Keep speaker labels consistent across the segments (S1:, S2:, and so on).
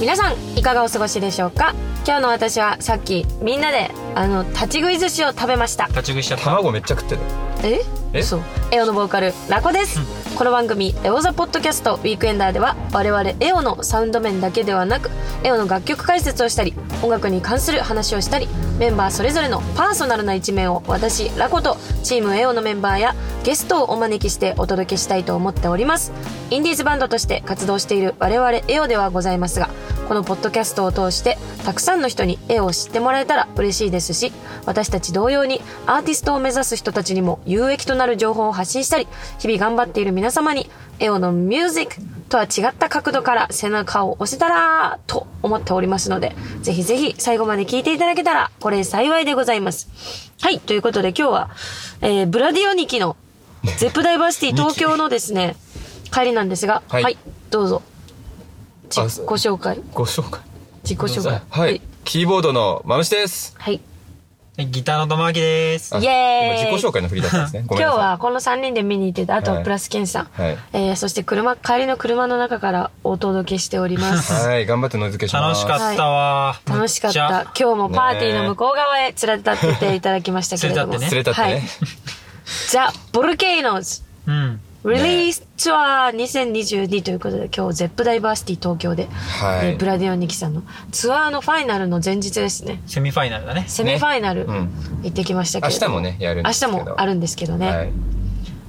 S1: 皆さんいかがお過ごしでしょうか今日の私はさっきみんなであの立ち食い寿司を食べました
S2: 立ち食いしちゃった
S3: 卵めっちゃ食ってる
S1: え
S2: え
S1: そうエオのボーカルラコです、この番組「エオザポッドキャストウィークエンダー」では我々エオのサウンド面だけではなくエオの楽曲解説をしたり音楽に関する話をしたりメンバーそれぞれのパーソナルな一面を私ラコとチームエオのメンバーやゲストをお招きしてお届けしたいと思っておりますインディーズバンドとして活動している我々エオではございますがこのポッドキャストを通してたくさんの人に絵を知ってもらえたら嬉しいですし私たち同様にアーティストを目指す人たちにも有益となる情報を発信したり日々頑張っている皆様にエオのミュージックとは違った角度から背中を押せたらと思っておりますのでぜひぜひ最後まで聞いていただけたらこれ幸いでございますはいということで今日は、えーブラディオニキのゼップダイバー シティ東京のですね帰りなんですがは、
S3: はいい
S1: どうぞ自
S3: あ
S1: 己
S3: そう
S1: 紹介
S3: ご紹介
S1: 自己紹介
S3: はい、キーボードのマムシです
S1: はい
S2: ギターの玉木です
S3: あ
S1: イエーイ
S3: 今自己紹介の振りだったんですねご
S1: 今
S3: め
S1: 日
S3: んなさい
S1: はこの3人で見に行ってたあと
S3: は
S1: はいプラスケンさん、
S3: はい
S1: えーそして車帰りの車の中からお届けしております
S3: はい頑張ってノイズ消しま
S2: 楽
S3: す
S2: しかったわ
S1: 楽しかった今日もパーティーの向こう側へ連れて立ってていただきましたけれども、
S2: 連れ
S3: 連れ立ってね、
S1: はい、ザ・ボルケイノーズ
S2: たうん
S1: リリースツアー2022ということで今日ゼップダイバーシティ東京で、
S3: はい
S1: えーブラディオン・ニキさんのツアーのファイナルの前日ですね
S2: セミファイナルだね
S1: セミファイナル
S3: うん
S1: 行ってきましたけ
S3: 明
S1: れど
S3: 日
S1: も、
S3: もねやるん
S1: 明
S3: です
S1: 日
S3: けど
S1: もあるんですけどね、
S3: はい、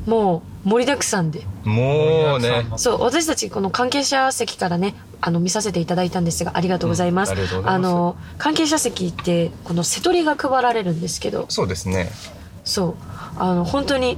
S1: もう盛りだくさんで
S3: もう
S2: 森田
S3: ね
S2: さんの
S1: そう私たちこの関係者席からねあの見させていただいたんですがありがとうございます、
S3: うんありがとうございます
S1: の関係者席ってこの瀬取りが配られるんですけど
S3: そうですね
S1: そうあの本当に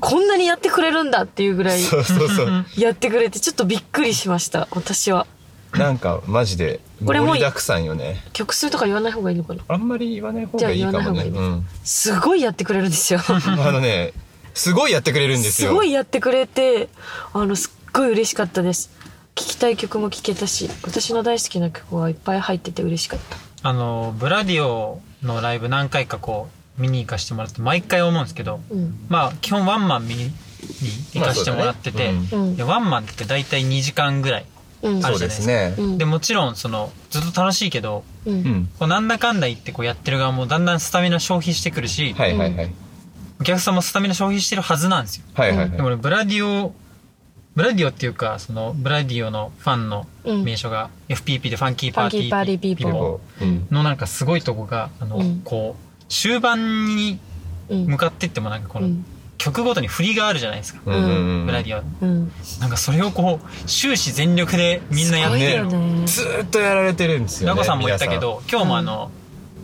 S1: こんなにやってくれるんだっていうぐらい
S3: そうそうそう
S1: やってくれてちょっとびっくりしました私は
S3: なんかマジで
S1: これも
S3: 盛りだくさんよね
S1: 曲数とか言わない方がいいのかな
S3: あんまり言わない方がいいかもね
S1: じゃあ言わない方がいいです
S3: うん
S1: すごいやってくれるんですよ
S3: あのねすごいやってくれるんです
S1: す
S3: よ
S1: ごいやってくれてあのすっごい嬉しかったです聴きたい曲も聴けたし私の大好きな曲がいっぱい入ってて嬉しかった
S2: あのブラディオのライブ何回かこう見に行かしてもらって毎回思うんですけど
S1: うん
S2: まあ基本ワンマン見に行かしてもらってて、
S3: まあそう
S1: だねうん
S2: でワンマンって大体2時間ぐらい、
S1: うん
S2: あ
S3: そ
S2: る
S3: う
S2: じ
S3: で
S2: ゃないですすか
S3: ね
S1: うん
S2: でもちろんそのずっと楽しいけど
S1: う
S3: うんん
S2: こうなんだかんだ言ってこうやってる側もだんだんスタミナ消費してくるし、
S3: はいはいはい
S2: お客さんもスタミナ消費してるはずなんですよ
S3: はいはい
S2: で
S3: は
S2: も
S3: い
S2: 俺ブラディオブラディオっていうかそのブラディオのファンの名称が FPP でファンキーパーティ
S1: ファンキ
S2: ー
S1: ーパーティーピーポー
S3: こううん
S2: のなんかすごいとこがあの、
S1: うん
S2: こう終盤に
S1: うん
S2: 向かってってもなんかこ
S1: う
S2: の
S1: ん
S2: 曲ごとに振りがあるじゃないですか、
S3: うんうんうん
S2: ブラディオ
S1: うん
S2: なんかそれをこう終始全力でみんなやって
S1: す
S2: る
S1: ご
S2: の
S1: いよね
S3: ずーっとやられてるんですよ
S2: ラ
S3: ね
S2: コさんも言ったけど今日もあの、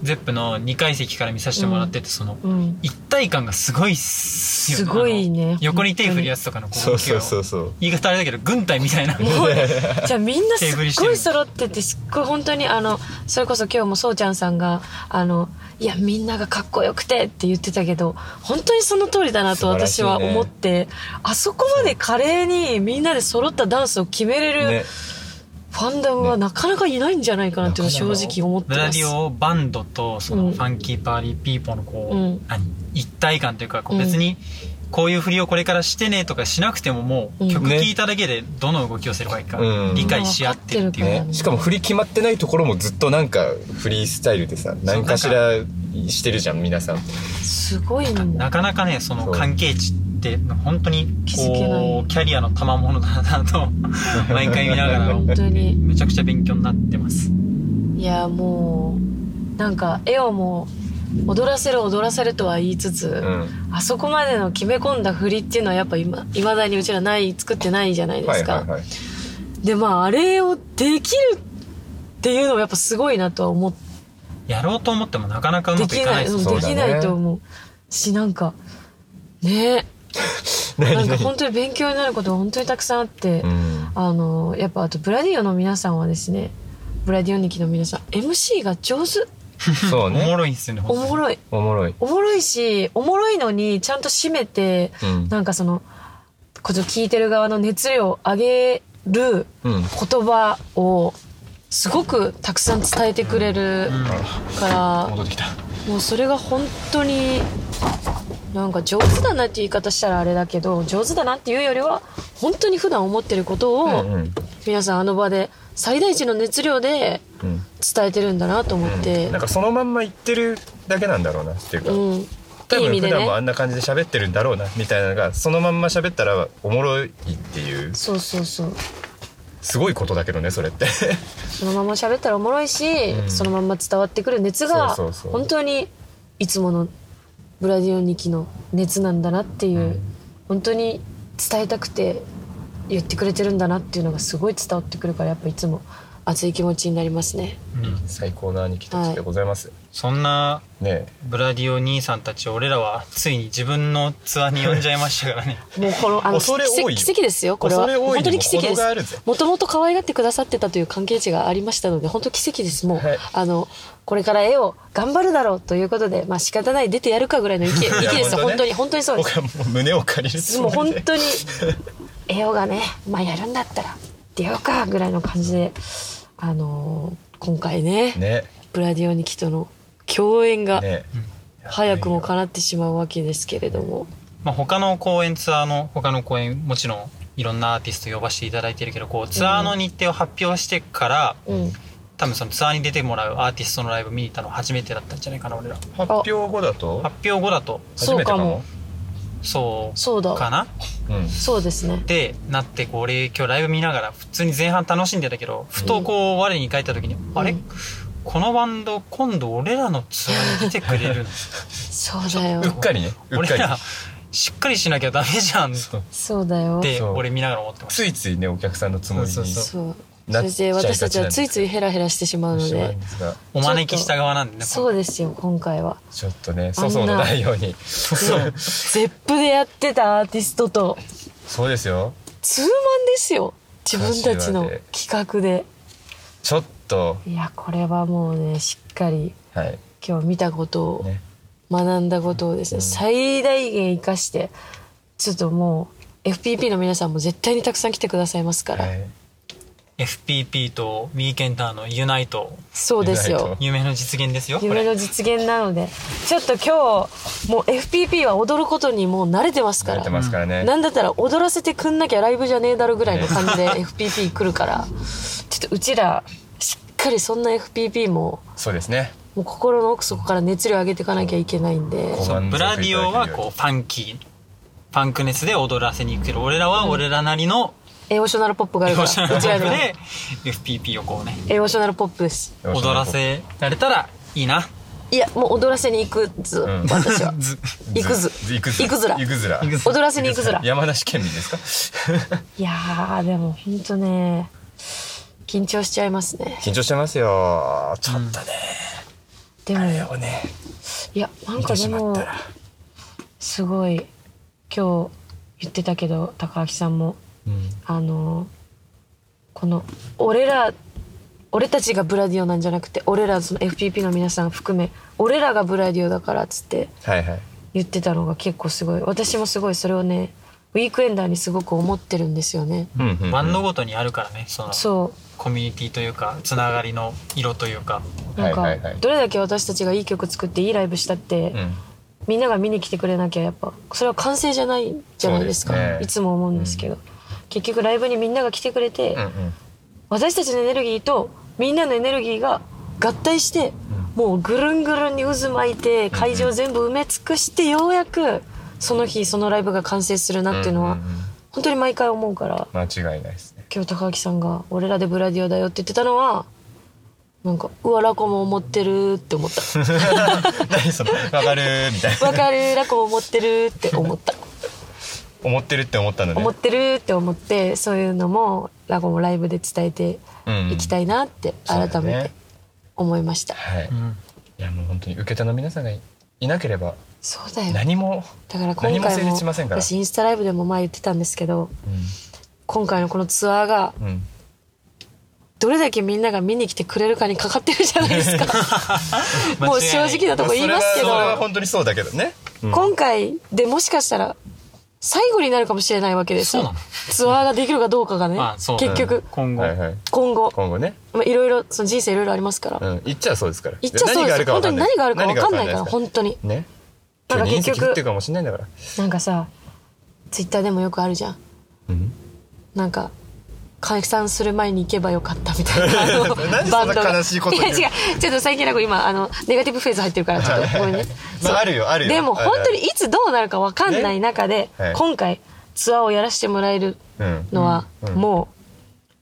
S2: ゼップの2階席から見させてもらってて、その
S1: うん
S2: 一体感がすごいっすよね
S1: すごいね
S2: あの横に手振るやつとかのこ
S3: 皆
S2: う
S3: さんそうそう
S2: 動きを
S3: そうそう
S2: 言い方あれだけど軍隊みたいな
S1: もうねじゃあ みんなすっ
S2: 手振りして
S1: ごい
S2: る
S1: 揃っててすっごい本当にあのそれこそ今日もそうちゃんさんがあのいやみんながかっこよくてって言ってたけど本当にその通りだなと私は
S3: 素晴らしいね
S1: 思って、あそこまで華麗にみんなで揃ったダンスを決めれる
S3: ね
S1: ファンダムはなかなかいないんじゃないかなっていうのは正直思って
S2: ブラ
S1: ま
S2: デ
S1: す。
S2: ィオバンドとそうの
S1: ん
S2: ファンキーパーリーピーポーのこう、
S1: うん
S2: 何一体感というかこ
S1: う
S2: うん別にこういう振りをこれからしてねとかしなくてもも
S1: うん
S2: う曲
S3: ね
S2: 聴いただけでどの動きをすればいいか
S3: うん
S2: 理解し合ってるっていう、
S1: うん
S2: ね
S1: わかってる
S3: ねしかも振り決まってないところもずっとなんかフリースタイルでさ何かしらしてるじゃん皆さん
S1: すごいん
S2: なかなかねその
S3: そう
S2: 関係値って本当に
S1: 気づけな
S2: こ
S1: いう
S2: キャリアの賜物だ なと毎回見ながら
S1: 本当に
S2: めちゃくちゃ勉強になってます
S1: いやもうなんか絵をもう踊らせる踊らせるとは言いつつ、
S3: うん
S1: あそこまでの決め込んだ振りっていうのはやっぱいまだにうちらない作ってないじゃないで
S3: は
S1: す
S3: い
S1: か、
S3: はいはい
S1: でまああれをできるっていうのはやっぱすごいなとは思って
S2: やろうと思ってもなかなかう
S1: で
S2: まくい
S1: き
S2: かな
S1: ないい
S2: です
S1: うん
S2: よ
S3: そ
S1: で
S3: うだ
S1: き
S3: ね
S1: ないと思うしなんかねえなん
S3: 何
S1: か
S3: 々
S1: 本当に勉強になることが本当にたくさんあって、
S3: うん
S1: あのやっぱあとブラディオの皆さんはですねブラディオニキの皆さん MC が上手
S3: そう
S2: おも
S3: ね
S2: ろいんですよね
S1: おも
S2: い
S1: ろい
S3: おもろい
S1: おもろいしおもろいのにちゃんと締めて
S3: うん
S1: なんかそのこの聞いてる側の熱量を上げる
S3: う
S1: 言
S3: ん
S1: 葉をすごくたくさん伝えてくれるから、
S3: 戻ってきた
S1: もうそれが本当になんか上手だなっていう言い方したらあれだけど上手だなっていうよりは本当に普段思ってること
S3: う
S1: を
S3: んうん
S1: 皆さんあの場で最大値の熱量で
S3: うん
S1: 伝えてるんだなと思って
S3: なんかそのまんま言ってるだけなんだろうなっていうか、
S1: うん、い
S3: 多
S1: い意
S3: 分
S1: 味
S3: 普
S1: で
S3: 段も
S1: ね
S3: あんな感じで喋ってるんだろうなみたいなのがそのまんま喋ったらおもろいっていう
S1: そうそうそう
S3: すごいことだけどねそれって
S1: そのまま喋ったらおもろいし、
S3: うん
S1: そのまんま伝わってくる熱が
S3: そうそうそう
S1: 本当にいつものブラディオニキの熱なんだなっていう、
S3: うん
S1: 本当に伝えたくて言ってくれてるんだなっていうのがすごい伝わってくるからやっぱいつも熱い気持ちになりますね。
S2: うん
S3: 最高な兄貴たちでございます、
S2: そんな
S3: ね
S2: ブラディオ兄さんたち俺らはついに自分のツアーに呼んじゃいましたからね
S1: もうこのあの奇
S3: 恐れ多
S1: 跡
S3: いよ
S1: 奇跡ですよこれは
S3: 恐れ多いにも
S1: 本当に奇跡で
S3: 程があるぜ
S1: すもともと可愛がってくださってたという関係値がありましたので本当奇跡ですもう、
S3: はい
S1: あのこれから絵を頑張るだろうということでまあ仕方ない出てやるかぐらいの意見意見ですよ
S3: いや
S1: 本当
S3: 本当
S1: に
S3: ね
S1: 本当にそうで
S3: 僕
S1: す
S3: はもう胸を借りるつ
S1: も
S3: も
S1: う本
S3: りで
S1: 当に絵をがねまあやるんだったら出ようかぐらいの感じであのー今回ね
S3: ね
S1: ブラディオニキとの共演が
S3: ね
S1: 早くも叶ってしまうわけですけれども、
S2: まあ他の公演ツアーの他の公演もちろんいろんなアーティスト呼ばせていただいてるけどこうツアーの日程を発表してから、
S1: うん、
S2: 多分そのツアーに出てもらうアーティストのライブ見に行ったの初めてだったんじゃないかな俺ら発
S3: 発表後だと
S2: 表後だと
S3: 初めてかも
S2: そ
S1: そう
S2: うか
S1: だ
S2: な
S3: うん
S1: そうですね
S2: でなってこう俺今日ライブ見ながら普通に前半楽しんでたけどふとこう我に返った時に、あれ、
S1: うん
S2: このバンド今度俺らのツアーに来てくれる
S1: そうだよ
S3: うっかりねうっ
S2: 俺
S3: かり
S2: らしっかりしなきゃダメじゃんっ
S3: そう
S1: そうだよ
S2: て
S3: そう
S2: 俺見ながら思ってまし
S3: ついついねお客さんのつもりに
S2: そうそうそ
S1: そうそ
S3: なっ
S1: れで私たちはついついヘラヘラしてしまうの
S3: しまうん
S1: で
S3: ですが
S2: たお招きした側なんでね
S1: そうですよ今回は
S3: ちょっとね粗相のないように
S1: そうゼップでやってたアーティストと
S3: そうですよ
S1: ツーマンですよ自分たちの企画で
S3: ちょっと
S1: いやこれはもうねしっかり
S3: はい
S1: 今日見たことを
S3: ね
S1: 学んだことをですね最大限生かしてちょっともう FPP の皆さんも絶対にたくさん来てくださいますから、
S3: はい
S2: FPP とウィーケンダーのユナイト
S1: そうですよ
S3: 意外と
S2: 夢の実現ですよこ
S1: 夢
S2: れ
S1: の実現なのでちょっと今日もう FPP は踊ることにもう慣れてますか
S3: 慣れ
S1: ら
S3: てますからね
S1: なんだったら踊らせてくんなきゃライブじゃねえだろぐらいの感 じで FPP 来るからちょっとうちらしっかりそんな FPP も
S3: そうですね
S1: もう心の奥底から熱量上げていかなきゃいけないんで
S3: こ
S2: そう
S3: 満足
S2: ブラディオはこうファンキーパンク熱で踊らせに行くけど俺らは俺らなりの
S1: エモーショナルポップがあ
S2: エ
S1: るか
S2: モーショナ
S1: ら
S2: ル
S1: う
S2: ポ
S1: ちら
S2: ッ
S1: に
S2: プ
S1: は
S2: で FPP をこうね
S1: エモーショナルポップです
S2: 踊らせられたらいいない
S1: やもう踊らせに行くず、
S3: ん
S1: 私 は
S2: ず
S1: 行くず
S3: 行くず
S1: 行くずら
S3: 行くずら
S2: 行く
S1: 踊らせに行くずら
S3: 山梨県民ですか
S1: いやーでもほんとね緊張しちゃいますね
S3: 緊張してますよちょっとね、
S1: でも
S3: もうね
S1: いやなん
S3: 見
S1: か
S3: て
S1: で
S3: しまっ
S1: も
S3: たら
S1: すごい今日言ってたけど高明さんも
S3: うん
S1: あのこの俺ら俺たちがブラディオなんじゃなくて俺らその FPP の皆さん含め俺らがブラディオだからっつって
S3: はいはい
S1: 言ってたのが結構すごい私もすごいそれをねウィークエンダーにすごく思ってるんですよね。
S3: うんうんうん
S2: バンドごとにあるからねその
S1: そう
S2: コミュニティというかつながりの色というか
S1: なん
S3: は
S1: か
S3: いはいはい
S1: どれだけ私たちがいい曲作っていいライブしたって、
S3: うん
S1: みんなが見に来てくれなきゃやっぱそれは完成じゃないじゃないですか
S3: そうですね
S1: いつも思うんですけど、結局ライブにみんなが来てくれて、
S3: うんうん
S1: 私たちのエネルギーとみんなのエネルギーが合体して、もうぐるんぐるんに渦巻いて会場全部埋め尽くしてようやくその日そのライブが完成するなっていうのは、
S3: んんん
S1: 本当に毎回思うから
S3: 間違いないですね
S1: 今日高明さんが「俺らでブラディオだよ」って言ってたのはなんかうわラコも思ってるって思った。
S3: 何その分かるみたいな
S1: わかるラコも思ってるって思った
S3: 思ってるって思ったのね
S1: 思ってるって思ってそういうのもラコもライブで伝えていきたいなって
S3: うん
S1: 改
S3: そうだ
S1: めて
S3: ね
S1: 思いました、
S3: はい、
S2: う
S3: い
S2: ん
S3: やもう本当に受け手の皆さんがいいなければ
S1: そうだよ
S3: 何も、
S1: だから
S3: 何
S1: 今
S3: も
S1: 回
S3: 成
S1: も
S3: 立しませんから
S1: 私インスタライブでも前言ってたんですけど今回のこのツアーが
S3: うんうん、
S1: どれだけみんなが見に来てくれるかにかかってるじゃないです かもう正直なとこ言いますけ
S3: それはそれは
S1: ど
S3: 本当にそうだけどね、うん
S1: 今回でもしかしたら最後になるかもしれないわけです
S2: そう
S1: よ
S2: なの
S1: ツアーができるかどうかがね
S2: あそう
S1: 結局
S2: 今後、
S3: はいはい
S1: 今後
S3: 今後ね、
S1: まあ、いろいろその人生いろいろありますから、
S3: うん、言っちゃそうですから
S1: 言っちゃそう
S3: 何
S1: で
S3: があ
S1: す
S3: る
S1: よ
S3: か
S1: 本
S3: 分
S1: 当に
S3: かんな
S1: 何
S3: い
S1: があるか分かんないから
S3: 何が分
S1: 本当に
S3: ね
S1: なん
S3: 今
S1: か
S3: 日隕
S1: 結
S3: 石降ってる
S1: 局
S3: かもしれないんだから
S1: なんかさツイッターでもよくあるじゃん
S3: うん
S1: なんか解散する前に行けばよかったみたい なあの
S3: なんでそんな
S1: が
S3: 悲しいこと言う
S1: や違うちょっと最近なんか今あのネガティブフェーズ入ってるからちょっとごめんね、
S3: まああるよあるよ
S1: でも
S3: あるある
S1: 本当にいつどうなるかわかんない中で、
S3: ねはい
S1: 今回ツアーをやらせてもらえる
S3: うん
S1: のは、
S3: うん
S1: もう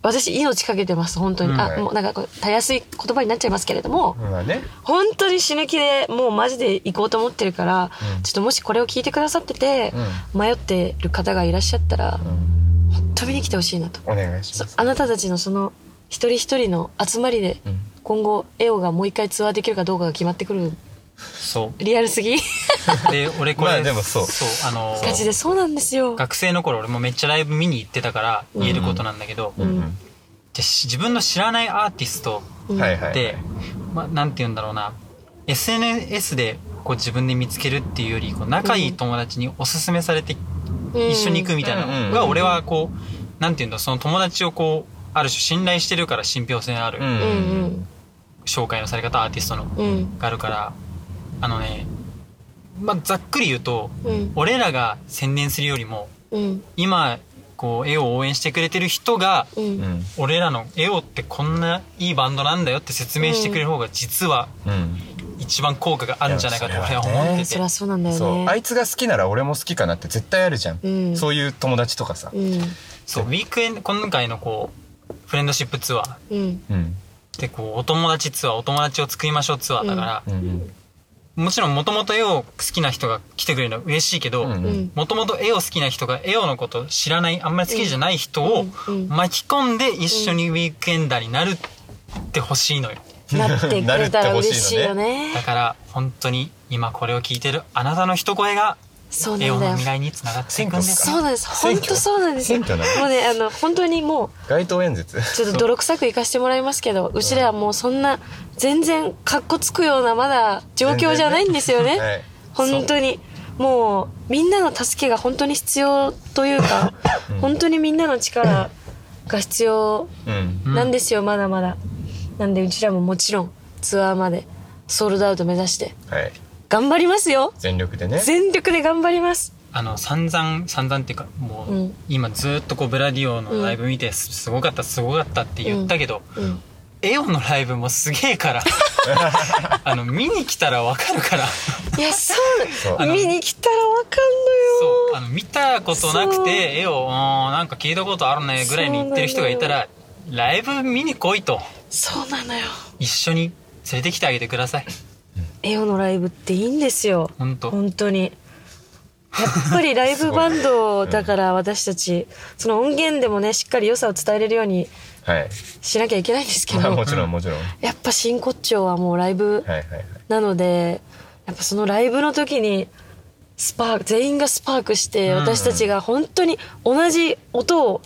S1: 私命かけてます本当に、
S2: うん
S1: あもうなんかこうたやすい言葉になっちゃいますけれども、
S3: まあね
S1: 本当に死ぬ気でもうマジで行こうと思ってるから、
S3: うん
S1: ちょっともしこれを聞いてくださってて、迷ってる方がいらっしゃったら、
S3: うん
S1: 飛びに来てほしいなと
S3: お願いし
S1: そ
S3: ます
S1: あなたたちのその一人一人の集まりで、
S3: うん
S1: 今後エオがもう一回ツアーできるかどうかが決まってくる
S2: そ
S1: リアルすぎ
S2: う。で、俺これ、
S3: まあでもそう
S2: あのー
S1: ガチでそうなんですよ
S2: 学生の頃俺もめっちゃライブ見に行ってたから
S1: うん
S2: 言えることなんだけど、
S3: う
S1: うん
S3: ん
S2: じゃし自分の知らないアーティスト
S1: うん
S3: はいはい
S2: で、まあ、なんて言うんだろうな SNS でこう自分で見つけるっていうよりこう仲いい友達におすすめされて
S1: うん
S2: 一緒に行くみたいな
S3: うんう
S2: の
S3: ん
S2: が俺はこうなんて言うんだその友達をこうある種信頼してるから信憑性あ
S3: う
S2: る
S1: うんん
S2: 紹介のされ方アーティストの
S1: うんうん
S2: があるからあのね、まあ、ざっくり言うと
S1: うん
S2: 俺らが専念するよりも
S1: うん
S2: 今こう絵を応援してくれてる人が
S1: う
S3: うん
S1: ん
S2: 俺らのエオってこんないいバンドなんだよって説明してくれる方が実は
S3: うん
S2: 一番効果があるんじゃないかと俺は
S3: うん
S2: 思っ
S3: ね
S2: て
S1: そ
S2: て
S1: りゃそうなんだよ
S3: そ
S1: ね
S3: うあいつが好きなら俺も好きかなって絶対あるじゃ
S1: うんん
S3: そういう友達とかさ
S1: うん
S2: そうウィークエンド今回のこうフレンドシップツアー
S1: うん
S3: うん
S2: でこうお友達ツアーお友達を作りましょうツアーだから
S3: う、ん
S2: もちろんもともと絵を好きな人が来てくれるのは嬉しいけど、
S3: うん
S1: うん
S2: もともと絵を好きな人が絵をのこと知らないあんまり好きじゃない人を
S1: うんうん
S2: 巻き込んで一緒にウィークエンダーになるってほしいのよ
S1: なってくれたら
S3: なるってほしいのね
S1: 嬉しいよね
S2: だから本当に今これを聞いてるあなたの一声が
S1: そうな
S2: 絵を
S1: んだ
S2: の
S1: よ
S2: 未来につながっていくんです
S1: そうなんです本当そうなんですよ
S3: 選
S1: も
S3: 挙なの
S1: うねあの本当にもう
S3: 街頭演説
S1: ちょっと泥臭く行かしてもらいますけど、うちらはもうそんな、全然かっこつくようなまだ状況じゃないんですよね。
S3: はい
S1: 本当に。もう、みんなの助けが本当に必要というか、本当にみんなの力が必要
S3: うん
S1: なんですよ、まだまだ。なんでうちらももちろんツアーまでソールドアウト目指して
S3: はい
S1: 頑張りますよ
S3: 全力でね
S1: 全力で頑張ります
S2: あの散々散々っていうかも
S1: う
S2: うん今ずっとこうブラディオのライブ見てすすごかったすごかったって言ったけど、
S1: うん。
S2: エオのライブもすげえ からあの見に来たらわかるから
S1: いや、そ
S3: そう
S1: うな
S2: あ
S1: の
S2: の
S1: 見に来たらわかんのよ。
S2: そうあの見たことなく
S1: そう
S2: て絵をなんか聞いたことあるねぐらいに言ってる人がいたらライブ見に来いと
S1: そうなのよ。
S2: 一緒に連れてきてあげてください
S1: エオのライブっていいんですよ。
S2: 本当
S1: 本当にやっぱりライブバンドだから私たちその音源でもねしっかり良さを伝えれるように
S3: はい
S1: しなきゃいけないんですけ
S3: まあ
S1: ど
S3: もちろんもちろんは
S1: やっぱ真骨頂はもうライブ
S3: いはいはい
S1: なのでやっぱそのライブの時にスパーク全員がスパークして
S2: うん
S1: 私たちが本当に同じ音を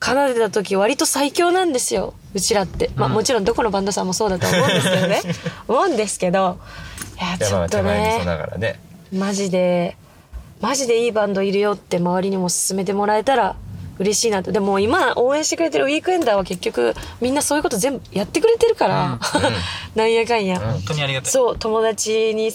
S1: 奏でた時割と最強なんですようちらって、まあ、
S2: うん
S1: もちろんどこのバンドさんもそうだと思うんですけどね 思うんですけどいやちょ
S3: 山
S1: っ
S3: は
S1: と
S3: 手前に
S1: ね
S3: そうながらね
S1: マジでマジでいいバンドいるよって周りにも勧めてもらえたら嬉しいなとでも今応援してくれてるウィークエンダーは結局みんなそういうこと全部やってくれてるから、 なんやかんや、
S3: うん
S2: 本当にありがたい
S1: そう友達に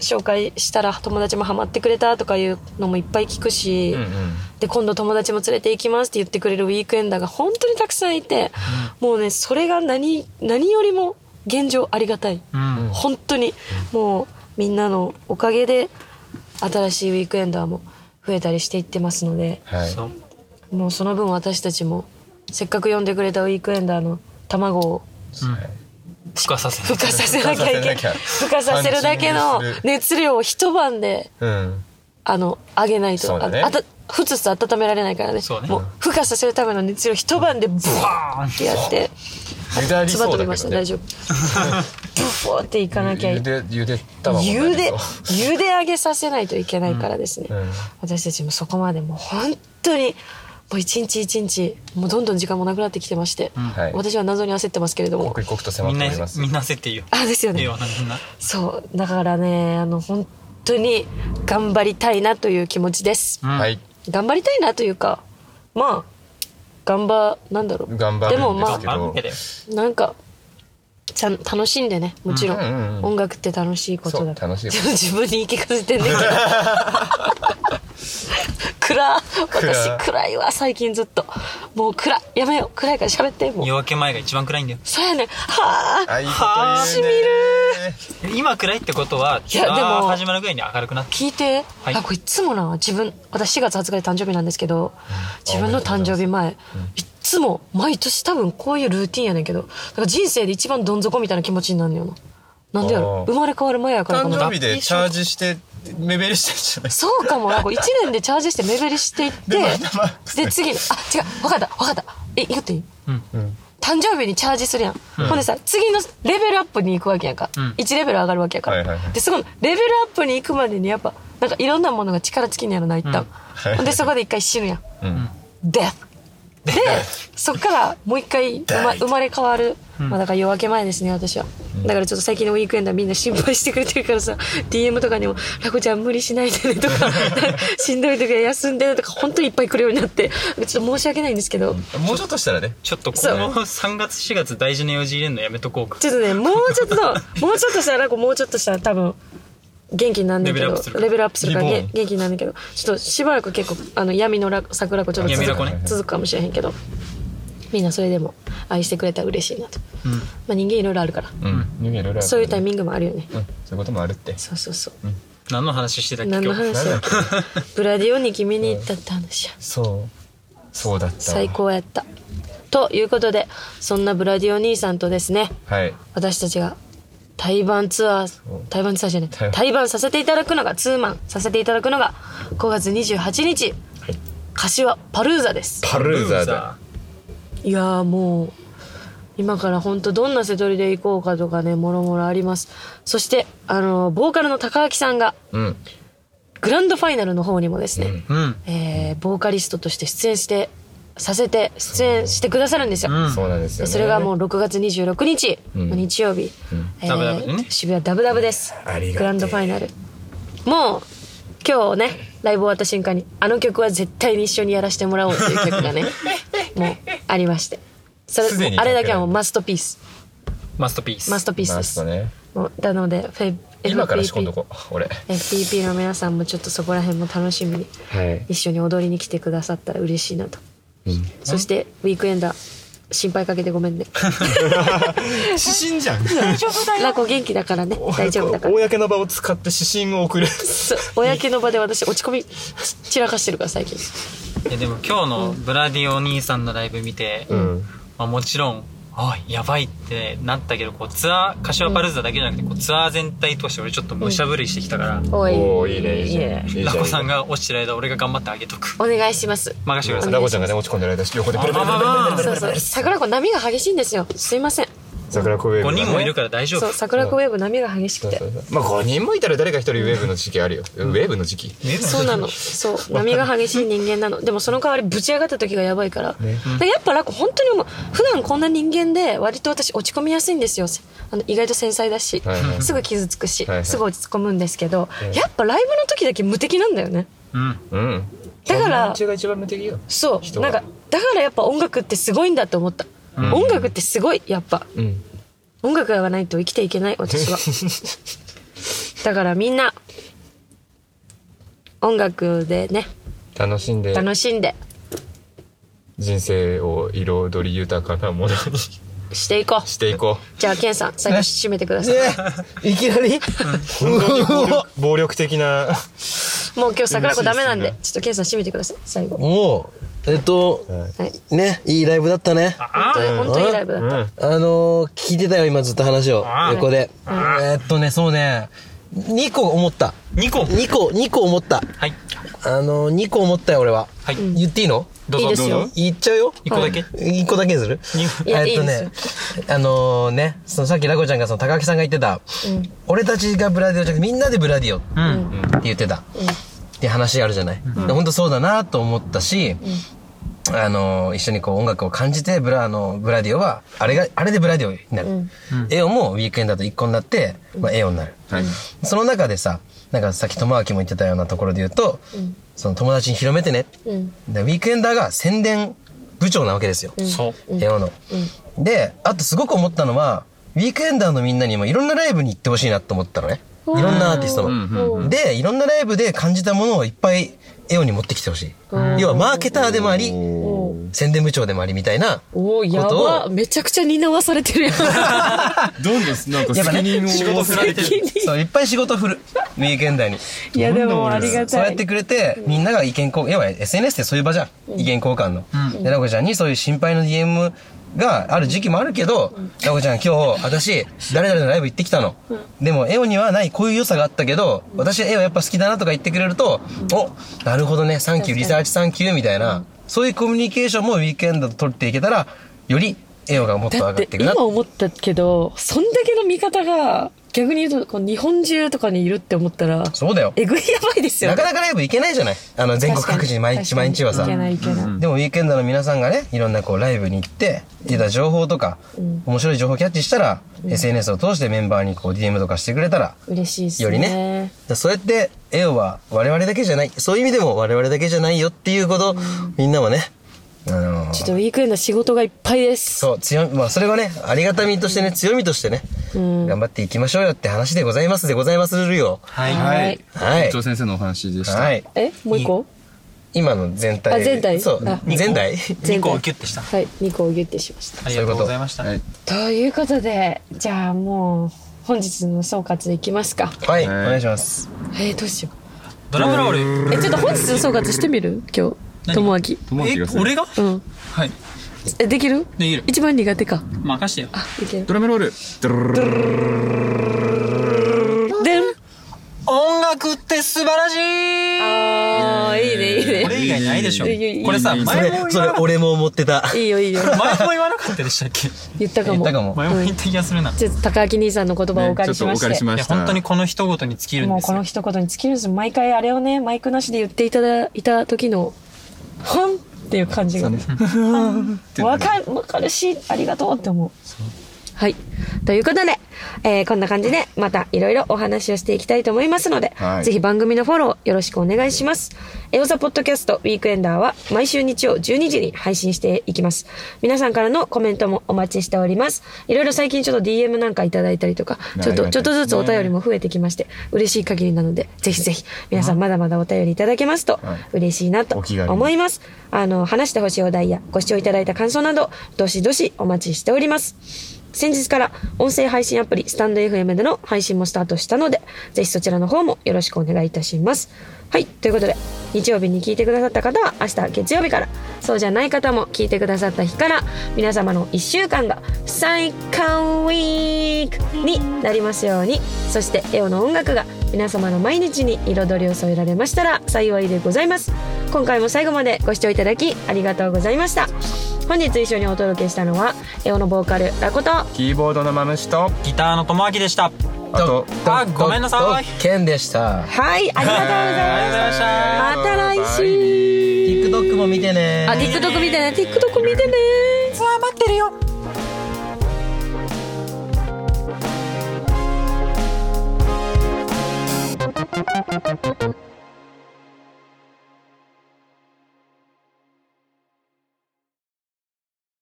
S1: 紹介したら友達もハマってくれたとかいうのもいっぱい聞くし、
S3: うんうん
S1: で今度友達も連れて行きますって言ってくれるウィークエンダーが本当にたくさんいて、もうねそれが何何よりも現状ありがたい。
S2: うん
S1: 本当にもうみんなのおかげで新しいウィークエンダーも増えたりしていってますので
S3: はい
S2: そう
S1: もうその分私たちもせっかく呼んでくれたウィークエンダーの卵を
S2: うん
S3: はい
S2: 孵化させ
S1: 孵
S2: る
S1: 化させなきゃいけない
S3: 孵化させなきゃ
S1: 孵化させるだけの
S3: 感じにする
S1: 熱量を一晩で
S3: うん
S1: あの上げない
S3: そ
S1: と、
S3: うだね
S1: ああたふつふつ温められないからね
S2: そうね
S1: もう孵化させるための熱量一晩でブワ
S2: バーン
S1: ーってやって
S3: ゆだり
S1: 唾
S3: そ
S1: 飛
S3: うだ
S1: びま
S3: け
S1: し
S3: ど
S1: た、
S3: ね
S1: 大 丈夫ブワーっていかなきゃい
S3: ゆでゆで卵がね
S1: ゆで
S3: そう
S1: ゆで上げさせないといけないからですね、
S3: うんうん
S1: 私たちもそこまでもう本当にもう一日一日もうどんどん時間もなくなってきてまして、
S3: はい
S1: 私は謎に焦ってますけれども
S3: 刻々と迫
S2: み
S3: っ
S2: んな
S3: ております
S2: みんな焦っていいよ
S1: あですよ
S2: エ
S1: ね
S2: オのみんな
S1: そうだからねあの本当に頑張りたいなという気持ちです、
S2: うん
S3: はい
S1: 頑張りたいなというかまあ頑張なんだろう
S3: 頑張るんですけ
S1: で
S3: ど
S1: もま
S2: 頑張るわけだよ
S1: あなんかちゃん楽しんでねもちろん,、
S3: うんうんうん
S1: 音楽って楽しいことだ
S3: そう楽しいこと
S1: でも自分に言い聞かせてんだけど 暗私暗いわ、最近ずっと。もう暗い。やめよう。暗いから喋って、もう。
S2: 夜明け前が一番暗いんだよ
S1: そうやねん。はあ。
S3: あ、いいこと言うね。し
S2: 今暗いってことはツ
S1: やでも
S2: アー始まるぐらいに明るくなって
S1: 聞いて、
S2: はい
S1: なんかいつもな自分私4月20日で誕生日なんですけど自分の誕生日前いっつも毎年多分こういうルーティンやねんけどだから人生で一番どん底みたいな気持ちになるのよななんでやろ
S3: あー
S1: 生まれ変わる前やからか
S3: 誕
S1: な
S3: 生日でチャージして、目減りしてんじゃない
S1: そうかもなんか1年でチャージして目減りしていって
S3: でまたマックス
S1: で次のあ違う分かった分かったえ言っていい
S2: うん
S3: うん。
S1: 誕生日にチャージするやん、
S2: うん
S1: ほんでさ次のレベルアップに行くわけやんか、
S2: うん
S1: 1レベル上がるわけやから、
S3: はいはいはい
S1: でそこのレベルアップに行くまでにやっぱなんかいろんなものが力尽きんやろな一旦、
S3: うん
S1: ほんでそこで一回死ぬやん
S3: うん。
S1: デフでそっからもう一回生ま
S3: Death
S1: 生まれ変わる、
S2: うん
S1: まあ、だから夜明け前ですね私はだからちょっと最近のウィークエンダーみんな心配してくれてるからさ DM とかにも「ラコちゃん無理しないでね」と か「しんどい時は休んでね」とか本当にいっぱい来るようになってちょっと申し訳ないんですけど、
S3: もうちょっとしたらね。
S2: ちょっとこの3月4月大事な用事入れるのやめとこうか
S1: ちょっとね、もうちょっと、もうちょっとしたら、こうもうちょっとしたら多分、元気になんねんけど
S2: レベルアップする、から
S1: レベルアップするから、
S3: リボ
S1: げ
S3: ン
S1: 元気になんねんけど、ちょっとしばらく結構、あの、闇のラ桜子ちょっと
S2: 闇
S1: 続
S2: ラコ
S1: く,、
S2: ね
S1: 続くかもしれへんけど、みんなそれでも愛してくれたら嬉しいなと。
S2: うん
S1: まあ人間いろいろあるから、
S3: うん。逃げるら
S1: そういうタイ
S3: ミ
S1: ミングもあるよね。
S3: うん。そういうこともあるって。
S1: そうそうそう。
S2: 何の話してたっけ
S1: 何の
S2: 今日
S1: 話だっけブラディオに君に行ったって話や。
S3: そう。そうだったわ。
S1: 最高やった。ということで、そんなブラディオ兄さんとですね、
S3: はい。
S1: 私たちが対バンツアー
S3: う
S1: 対バンツアーじゃない
S3: 対バン
S1: 対バンさせていただくのがツーマンさせていただくのが5月28日、柏パルーザです
S3: パルーザーだ。
S1: いやーもう今から本当どんな瀬取りで行こうかとかねもろもろありますそしてあのボーカルの高明さんが
S3: うん。
S1: グランドファイナルの方にもですね、
S2: うん
S1: えーボーカリストとして出演してさせて出演してくださるんですよ、
S2: うん
S3: そうなんですよね。
S1: それがもう6月26日、
S3: ん
S1: 日曜日、えー
S2: ダブダブでね
S1: 渋谷ダブダブです
S3: ありがてえ
S1: グランドファイナルもう今日ねライブ終わった瞬間にあの曲は絶対に一緒にやらせてもらおうっていう曲 がねもうありましてそれ
S3: すでに
S1: あれだけはもうマストピース
S2: マストピース
S1: マストピース
S3: マ
S1: で
S3: ス
S1: す、
S3: トね。
S1: もうなのでフェ
S3: 今から仕込んど
S1: FPP,
S3: こう。俺。
S1: FPP の皆さんもちょっとそこら辺も楽しみに
S3: はい。
S1: 一緒に踊りに来てくださったら嬉しいなとそしてウィークエンダー心配かけてごめんね
S3: 指針じゃん。大丈夫だ
S1: ラコ元気だからね大丈夫だから
S3: 公の場を使って指針 を送る。
S1: そう公の場で私落ち込み散らかしてるから最近
S2: いやでも今日のブラディお兄さんのライブ見て、
S3: うん。
S2: まあ、もちろんあやばいってなったけどこうツアー柏パルーザだけじゃなくてこうツアー全体通して俺ちょっとむしゃぶりしてきたから、
S1: おい
S3: おーいいねいいねいいね
S2: ラコさんが落ちてる間俺が頑張ってあげとく
S1: お願いします
S2: 任せてください
S3: ラコちゃんがね、落ち込んでる間、横でブルブルブルブルブルブル
S1: そうそう桜子波が激しいんですよすいません
S3: 桜子ウェーブ
S2: 5
S3: がね。
S2: 人もいるから大丈夫
S1: そう桜子ウェーブ波が激しくて
S3: そうそうそうまあ5人もいたら誰か一人ウェーブの時期あ るよ。ウェーブの時期。
S1: そうなの そう波が激しい人間なのでもその代わりぶち上がった時がやばいから、
S3: ね
S1: でやっぱなんか本当にもう普段こんな人間で割と私落ち込みやすいんですよあの意外と繊細だし、
S3: はいはい
S1: すぐ傷つくし、
S3: はいはい
S1: すぐ落ち込むんですけど、
S3: ええ
S1: やっぱライブの時だけ無敵なんだよね
S2: うん
S3: うん。
S1: だから
S3: 中が一番無敵よ。
S1: そ
S3: 人
S1: う
S3: は
S1: なんかだからやっぱ音楽ってすごいんだと思った、
S2: ん
S1: 音楽ってすごいやっぱ
S3: うん。
S1: 音楽がないと生きていけない私 はだからみんな音楽でね
S3: 楽しんで、
S1: 楽しんで
S3: 人生を彩り豊かなものに
S1: していこう
S3: していこ
S1: じゃあケンさん最後締めてくだ
S3: う。
S1: さい、
S3: いきなり暴力 暴力的な。
S1: もう今日桜子ダメなんで
S3: 嬉
S1: ちょっとケンさん締めてください最後
S4: もう、えっと、
S1: はい
S4: ね、いいライブだったね。
S1: 本当に本当にいいライブだった、
S4: あのー、聞いてたよ、今ずっと話を
S2: あ、ー
S4: 横で。えーっとね、そうね、2個思った。
S2: 2個
S4: 2個、2個思った。
S2: はい
S4: あのー、2個思ったよ、俺は。
S2: はい、
S4: 言っていいの
S2: どうぞ
S1: いいですよ
S2: どうぞ
S4: 言っちゃうよ。
S2: 1個だけ、
S4: 一個だけにする
S1: いや
S4: えっと
S1: いい
S4: ね、あのーね、そのさっきラコちゃんがその高木さんが言ってた、俺たちがブラディオじゃなくてみんなでブラディオって
S2: うん
S4: 言ってた、って話あるじゃない。で本当そうだなと思ったし、あのー一緒にこう音楽を感じてブラあのブラディオはあれがあれでブラディオになる、エオもウィークエンダーと一個になって、まあ、エオになる、その中でさなんかさっき友明も言ってたようなところで言うと、その友達に広めてね、
S1: うん
S4: でウィークエンダーが宣伝部長なわけですよ、
S2: そう
S4: エオの、であとすごく思ったのはウィークエンダーのみんなにもいろんなライブに行ってほしいなと思ったのね
S1: うおー
S4: いろんなアーティストの。
S3: うんうんうん
S4: で、いろんなライブで感じたものをいっぱいエオに持ってきてほしい。
S1: うん
S4: 要はマーケターでもあり、
S1: お
S4: 宣伝部長でもありみたいな。
S1: おーや
S4: こと
S1: ば
S4: を
S1: めちゃくちゃ担わされて るやん
S3: どんどんなんか
S4: やっぱね
S3: 責任を
S2: 仕事振られてる。
S4: そう、いっぱい仕事振る。ウィークエンダーに。
S1: いやでもありが
S4: そう
S1: た
S4: や
S1: い
S4: ってくれて、みんなが意見交換、要は SNS ってそういう場じゃん。意見交換の。で、なこちゃんにそういう心配の DM がある時期もあるけど、なこちゃん今日、私、誰々のライブ行ってきたの。でも、エオにはないこういう良さがあったけど、私エオやっぱ好きだなとか言ってくれると、お、なるほどね、サンキュー、リサーチサンキューみたいな、そういうコミュニケーションもウィークエンドと取っていけたら、よりエオがもっと
S1: だ
S4: 上
S1: っ
S4: がってていくな
S1: 今。思ったけどそんだけの見方が逆に言うとこう日本中とかにいるって思ったら
S4: そうだよ。
S1: えぐいやばいですよ
S4: な
S1: ね
S4: かなかライブ行けないじゃないあの、全国各地に毎日毎日はさ。
S1: いけないいけない、
S4: でもウィークエンドの皆さんがねいろんなこうライブに行って出た情報とか、面白い情報をキャッチしたら、SNS を通してメンバーにこう DM とかしてくれたら
S1: 嬉しいですね
S4: よりねだからそうやってエオは我々だけじゃないそういう意味でも我々だけじゃないよっていうこと、みんなもねあのー
S1: ちょっとウィークエンド仕事がいっぱいです
S4: そう強みまあそれがねありがたみとしてね強みとしてね、頑張っていきましょうよって話でございますでございまするよ
S2: はい。
S1: はい
S4: はい
S3: 園長先生のお話でした。
S4: はい
S1: えもう一個
S4: 今の全体
S1: あ全体
S4: そう
S1: あ
S4: 全体
S2: 2個をギュッてした。
S1: はい2個をギュッてしました
S2: ありがとうございました。
S3: は
S2: はいい。
S1: ということでじゃあもう本日の総括いきますか
S4: はい、
S3: はい
S4: お願いします
S1: えー、どうしよ
S2: ドラムロー
S1: う
S2: ル。
S1: えちょっと本日の総括してみる今日
S2: 何
S1: 友明
S3: 友達が
S2: え、俺が
S1: うん
S2: はい。
S1: えできる
S2: できる。
S1: 一番苦手か
S2: 任してよ。
S1: あいける
S3: ドラムロール。ドゥルルルルルルル
S1: でん
S2: 音楽って素晴らしい
S1: あーいいねいい
S2: こ
S1: ね
S2: れ以外ないでしょ
S1: いいいい。
S2: これさ、
S3: いい
S4: そ
S2: 前
S4: れ
S2: も言わ
S4: それ
S2: なかっ
S4: 俺も思ってた
S1: いいよいいよ
S2: た。前も言わなかったでしたっけ
S1: 言ったか
S4: 言っ
S1: も
S4: たかも
S2: 前も言った気がするな。い
S1: ちょっと高明兄さんの言葉をお借りしま
S3: お
S1: して、
S3: 借りしま
S2: や、
S3: した。
S2: 本当にこの一言に尽きるん
S1: もう
S2: です
S1: こ
S2: よ
S1: の。一言に尽きるんですよ毎回あれをねマイクなしで言っていただいた時の「ほん」っていう感じが
S3: て
S1: わかわかるしありがとうって思うはいということで、えーこんな感じでまたいろいろお話をしていきたいと思いますので、
S3: はい
S1: ぜひ番組のフォローよろしくお願いしますエオザポッドキャストウィークエンダーは毎週日曜12時に配信していきます皆さんからのコメントもお待ちしておりますいろいろ最近ちょっと DM なんかいただいたりとかちょっ
S3: ありがたいです
S1: と
S3: ね
S1: ちょっとずつお便りも増えてきまして嬉しい限りなのでぜひぜひ皆さんまだまだお便りいただけますと
S3: はい
S1: 嬉しいなと
S3: お気軽に
S1: 思います。あの、話してほしいお題やご視聴いただいた感想など、どしどしお待ちしております。先日から音声配信アプリスタンド FM での配信もスタートしたので、ぜひそちらの方もよろしくお願いいたします。はい、ということで、日曜日に聞いてくださった方は明日月曜日から、そうじゃない方も聞いてくださった日から、皆様の1週間が最高ウィークになりますように、そしてエオの音楽が皆様の毎日に彩りを添えられましたら幸いでございます。今回も最後までご視聴いただきありがとうございました本日一緒にお届けしたのはエオのボーカルラコと
S3: キーボードのマムシと、
S2: ギターの友明でした。ありがとう
S3: あと、
S2: あごめんなさい
S4: とケンでし
S1: は
S4: た
S1: いありがとうござい
S2: ございました。
S1: ますまた来週
S4: TikTok も見てね
S1: あ TikTok 見てね TikTok 見てね
S2: 待ってるよ。